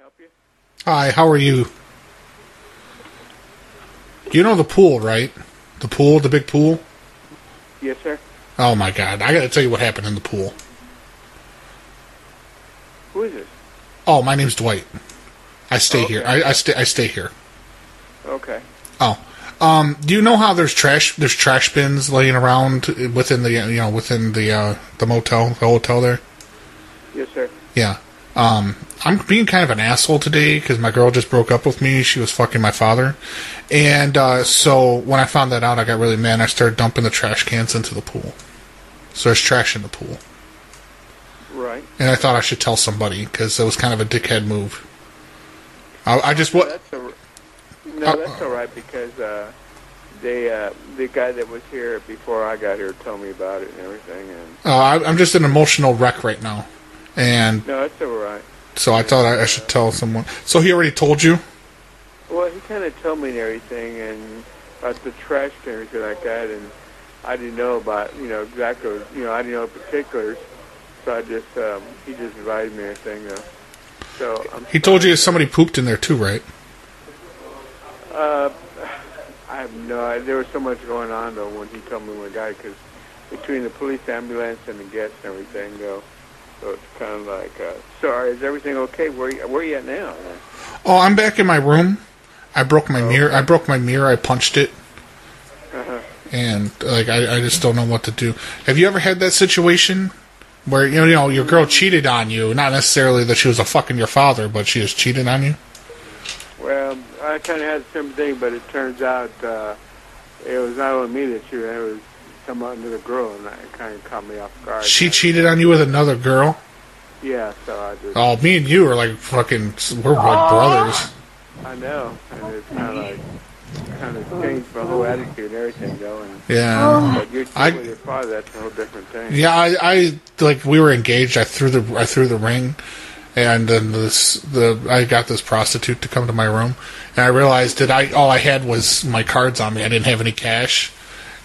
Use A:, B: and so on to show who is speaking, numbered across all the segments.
A: help you?
B: Hi, how are you? You know the pool, right? The pool, the big pool?
A: Yes, sir.
B: Oh my god, I gotta tell you what happened in the pool.
A: Who is this?
B: Oh, my name's Dwight. I stay here.
A: Okay.
B: I, I stay I stay here.
A: Okay.
B: Oh. Um, do you know how there's trash there's trash bins laying around within the you know, within the uh the motel, the hotel there?
A: Yes, sir.
B: Yeah. Um, I'm being kind of an asshole today because my girl just broke up with me. She was fucking my father. And uh, so when I found that out, I got really mad. and I started dumping the trash cans into the pool. So there's trash in the pool.
A: Right.
B: And I thought I should tell somebody because that was kind of a dickhead move. I, I just what?
A: That's a, no,
B: Uh,
A: that's all right because uh, they uh, the guy that was here before I got here told me about it and everything. And
B: Uh, I, I'm just an emotional wreck right now, and
A: no, that's all right.
B: so I thought I, I should tell someone. So he already told you.
A: Well, he kind of told me and everything, and about the trash and everything like that, and I didn't know about you know exactly you know I didn't know particulars, so I just um, he just invited me and everything. Though. So I'm
B: He told
A: sorry,
B: you somebody pooped in there too, right?
A: Uh, I have no. idea. There was so much going on though when he told me when I got because between the police ambulance and the guests and everything though, so it's kind of like, uh, sorry, is everything okay? Where you, where you at now?
B: Oh, I'm back in my room. I broke my mirror. I broke my mirror. I punched it, and like I, I just don't know what to do. Have you ever had that situation where you know, you know your girl cheated on you? Not necessarily that she was a fucking your father, but she just cheated on you.
A: Well, I kind of had the same thing, but it turns out uh, it was not only me that she it was some another girl, and that kind of caught me off guard.
B: She cheated on you with another girl.
A: yeah, so I just,
B: Oh, me and you are like fucking. We're like brothers.
A: I know, and it's kind of like, kind of changed my whole attitude and everything though. And
B: Yeah.
A: but you're
B: Oh. I-
A: still with your father, that's a whole different thing.
B: Yeah, I, I like we were engaged. I threw the I threw the ring, and then this the I got this prostitute to come to my room, and I realized that I all I had was my cards on me. I didn't have any cash,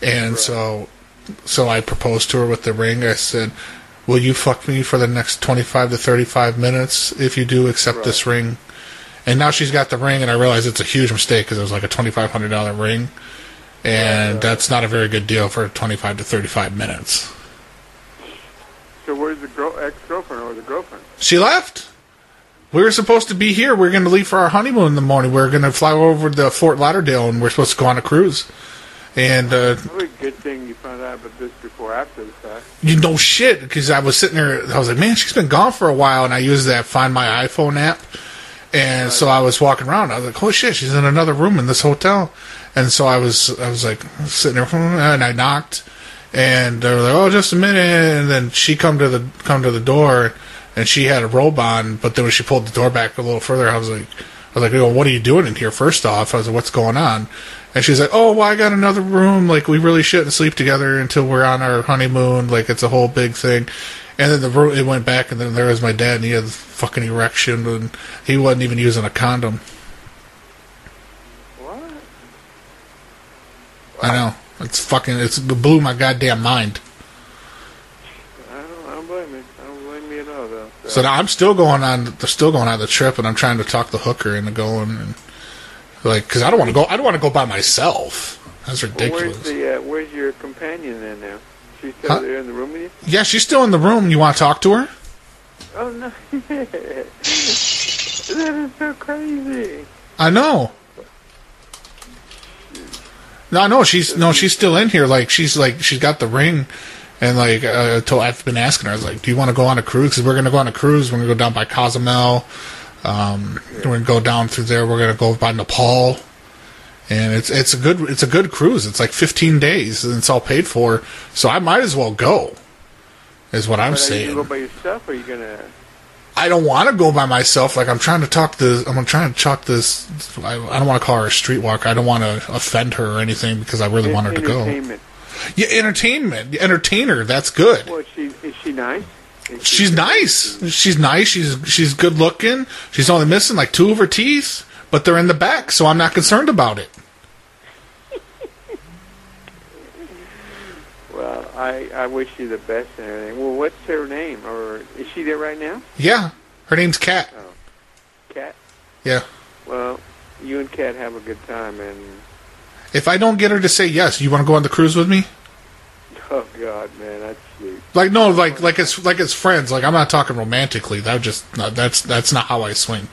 B: and so so I proposed to her with the ring. I said, "Will you fuck me for the next twenty five to thirty five minutes? If you do, accept this ring." And now she's got the ring, and I realize it's a huge mistake because it was like a twenty five hundred dollar ring, and that's not a very good deal for twenty five to thirty five minutes.
A: So where's the girl, ex-girlfriend or the girlfriend?
B: She left. We were supposed to be here. We were going to leave for our honeymoon in the morning. We were going to fly over to Fort Lauderdale, and we are supposed to go on a cruise. And uh,
A: Probably a good thing you found out about this before after the fact.
B: you know, shit, because I was sitting there. I was like, man, she's been gone for a while, and I used that Find My iPhone app. And so I was walking around. I was like, oh shit, she's in another room in this hotel. And so I was, I was like sitting there, hmm, and I knocked, and they were like, oh, just a minute. And then she come to the come to the door, and she had a robe on, but then when she pulled the door back a little further, I was like, I was like, well, what are you doing in here? First off, I was like, what's going on? And she's like, oh, well, I got another room. Like we really shouldn't sleep together until we're on our honeymoon. Like it's a whole big thing. And then the room it went back, and then there was my dad, and he had a fucking erection, and he wasn't even using a condom.
A: What?
B: I know it's fucking it's it blew my goddamn mind.
A: I don't, I don't blame you. I don't blame you at all, though.
B: So now I'm still going on, they're still going on the trip, and I'm trying to talk the hooker into going, and like because I don't want to go, I don't want to go by myself. That's
A: well,
B: ridiculous.
A: where's the uh, where's your companion then now? She's still
B: Huh?
A: there in the room with you?
B: yeah, she's still in the room. You want to talk to her?
A: Oh no! that is so crazy.
B: I know. No, no, she's no, she's still in here. Like she's like she's got the ring, and like uh, to- I've been asking her, I was like, "Do you want to go on a cruise? Because we're gonna go on a cruise. We're gonna go down by Cozumel. Um, We're gonna go down through there. We're gonna go by Nepal, and it's it's a good it's a good cruise. It's like 15 days, and it's all paid for. So I might as well go. Is what I'm
A: But are you
B: saying.
A: gonna go by yourself, or are you gonna?
B: I don't want to go by myself. Like I'm trying to talk this. I'm trying to talk this. I, I don't want to call her a streetwalker. I don't want to offend her or anything because I really want her to go.
A: entertainment.
B: Yeah, entertainment, entertainer. That's good.
A: Well, she is she nice? Is she-
B: She's nice. She's nice. She's she's good looking. She's only missing like two of her teeth, but they're in the back, so I'm not concerned about it.
A: Well, I I wish you the best and everything. Well, what's her name, or is she there right now?
B: Yeah, her name's Kat.
A: Cat.
B: Yeah.
A: Well, you and Kat have a good time, and
B: If I don't get her to say yes, you want to go on the cruise with me?
A: oh god, man, that's sweet.
B: Like no, like like it's like it's friends. Like I'm not talking romantically. That would just no, that's that's not how I swing.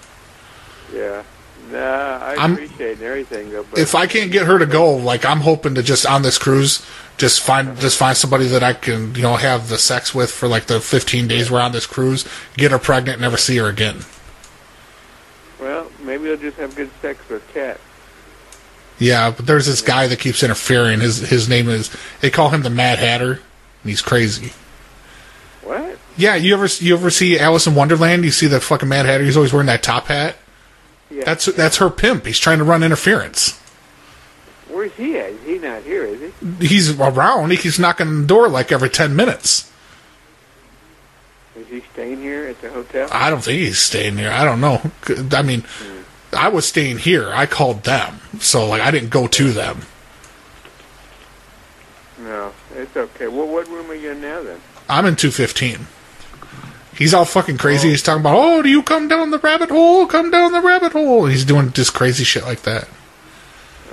A: Yeah. Nah, I
B: I'm-
A: appreciate and everything though. But
B: If I can't get her to go, like I'm hoping to just on this cruise, just find just find somebody that I can you know have the sex with for like the 15 days we're on this cruise, get her pregnant, never see her again.
A: well, maybe I'll just have good sex with Kat.
B: Yeah, but there's this guy that keeps interfering. His his name is they call him the Mad Hatter, and he's crazy.
A: What?
B: Yeah, you ever you ever see Alice in Wonderland? You see the fucking Mad Hatter? He's always wearing that top hat.
A: Yeah.
B: That's that's her pimp. He's trying to run interference.
A: Where's he at? Is he not here, is he?
B: He's around. He keeps knocking on the door like every ten minutes.
A: Is he staying here at the hotel?
B: I don't think he's staying here. I don't know. I mean, I was staying here. I called them, so like I didn't go to them.
A: no, it's okay. Well, what room are you in now then?
B: I'm in 215. He's all fucking crazy. He's talking about, oh, do you come down the rabbit hole? Come down the rabbit hole. He's doing just crazy shit like that.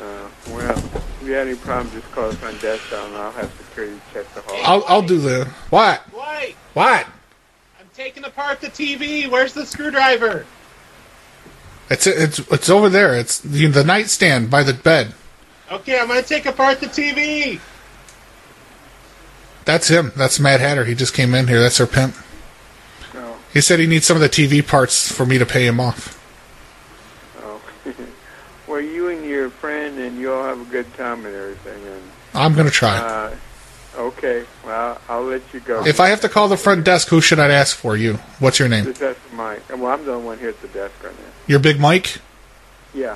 A: Uh, well, if you have any problems, just call the front desk down, and I'll have security check the hall.
B: I'll, I'll do the. What?
C: Wait,
B: What?
C: I'm taking apart the TV. Where's the screwdriver?
B: It's it's it's over there. It's the, the nightstand by the bed.
C: Okay, I'm gonna take apart the TV.
B: That's him. That's Mad Hatter. He just came in here. That's our pimp.
A: Oh,
B: He said he needs some of the TV parts for me to pay him off.
A: oh. well, you and your friend, and you all have a good time and everything. And
B: I'm gonna try.
A: uh, okay, well, I'll let you go.
B: If I have to call the front desk, who should I ask for? You. What's your name?
A: This is Mike. Well, I'm the only one here at the desk right now.
B: Your Big Mike.
A: Yeah.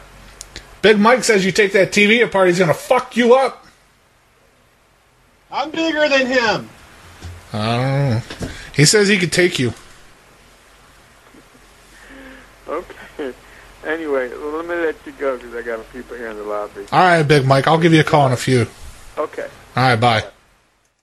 B: Big Mike says you take that TV apart. He's gonna fuck you up.
C: I'm bigger than him.
B: I don't know. Oh. He says he could take you.
A: Okay. Anyway, let me let you go because I got people here in the lobby.
B: All right, Big Mike. I'll give you a call in a few.
A: Okay.
B: All right, bye.